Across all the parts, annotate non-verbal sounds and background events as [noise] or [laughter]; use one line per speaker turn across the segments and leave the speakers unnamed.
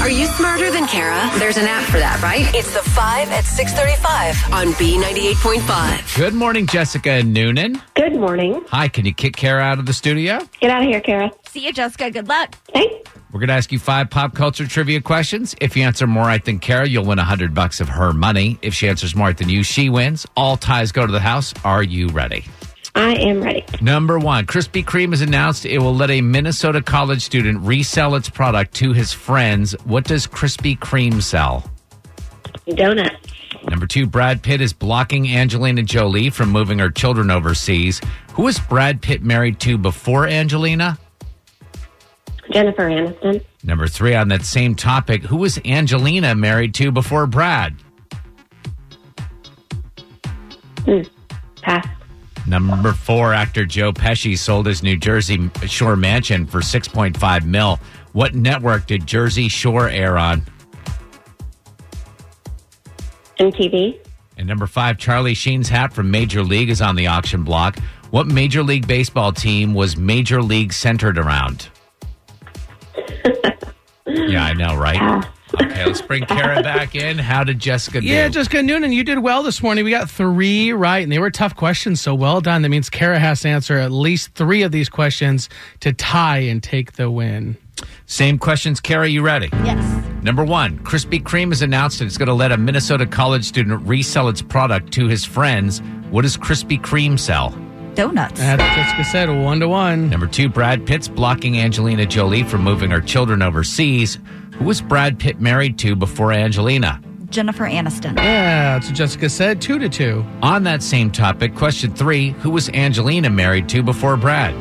Are you smarter than Kara? There's an app for that, right?
It's the 5 at 635.
On B98.5.
Good morning, Jessica and Noonan.
Good morning.
Hi, can you kick Kara out of the studio?
Get out of here, Kara.
See you, Jessica. Good luck.
Thanks.
We're going to ask you five pop culture trivia questions. If you answer more right than Kara, you'll win 100 bucks of her money. If she answers more right than you, she wins. All ties go to the house. Are you ready?
I am ready.
Number one, Krispy Kreme has announced it will let a Minnesota college student resell its product to his friends. What does Krispy Kreme sell?
Donuts.
Number two, Brad Pitt is blocking Angelina Jolie from moving her children overseas. Who was Brad Pitt married to before Angelina?
Jennifer Aniston.
Number three, on that same topic, who was Angelina married to before Brad?
Pass.
Number four, actor Joe Pesci sold his New Jersey Shore mansion for 6.5 mil. What network did Jersey Shore air on?
MTV.
And number five, Charlie Sheen's hat from Major League is on the auction block. What Major League Baseball team was Major League centered around? yeah, I know, right? Okay, let's bring Kara back in. How did Jessica do?
Yeah, Jessica Noonan, you did well this morning. We got three right, and they were tough questions, so well done. That means Kara has to answer at least three of these questions to tie and take the win.
Same questions, Kara. You ready?
Yes.
Number one, Krispy Kreme has announced it's going to let a Minnesota college student resell its product to his friends. What does Krispy Kreme sell?
Donuts.
Uh-huh.
As Jessica said, one to one.
Number two, Brad Pitt's blocking Angelina Jolie from moving her children overseas. Who was Brad Pitt married to before Angelina?
Jennifer Aniston.
Yeah, that's what Jessica said, two to two.
On that same topic, question three, who was Angelina married to before Brad?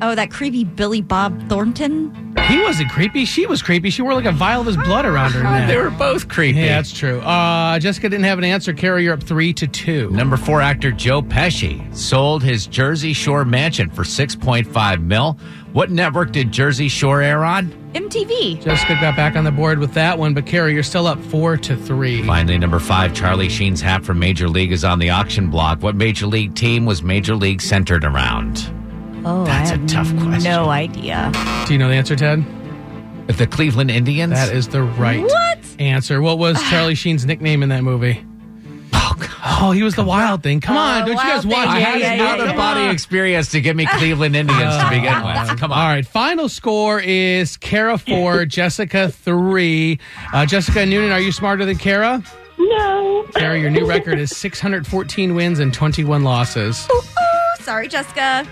Oh, that creepy Billy Bob Thornton.
He wasn't creepy. She was creepy. She wore like a vial of his blood around her neck.
[laughs] They were both creepy.
yeah, that's true. Uh, Jessica didn't have an answer. Kara, you're up three to two.
Number four actor Joe Pesci sold his Jersey Shore mansion for 6.5 mil. What network did Jersey Shore air on?
MTV.
Jessica got back on the board with that one, but Kara, you're still up four to three.
Finally, number five, Charlie Sheen's hat from Major League is on the auction block. What Major League team was Major League centered around?
Oh,
That's
I
a
have
tough question.
No idea.
Do you know the answer, Ted?
The Cleveland Indians?
That is the right
What? Ah.
answer. What was Charlie Sheen's nickname in that movie?
Oh, God.
Oh, he was the Wild Thing. Come on,
Oh,
don't you
Wild
guys watch
Thing.
I
it?
had
yeah,
an
yeah,
out of
yeah.
body experience to give me Cleveland Indians to
[laughs]
begin with. Come on.
All right, final score is
[laughs]
Kara four, Jessica three. Uh, Jessica Noonan, are you smarter than Kara?
No.
Kara, your new record is 614 wins and 21 losses.
Sorry, Jessica.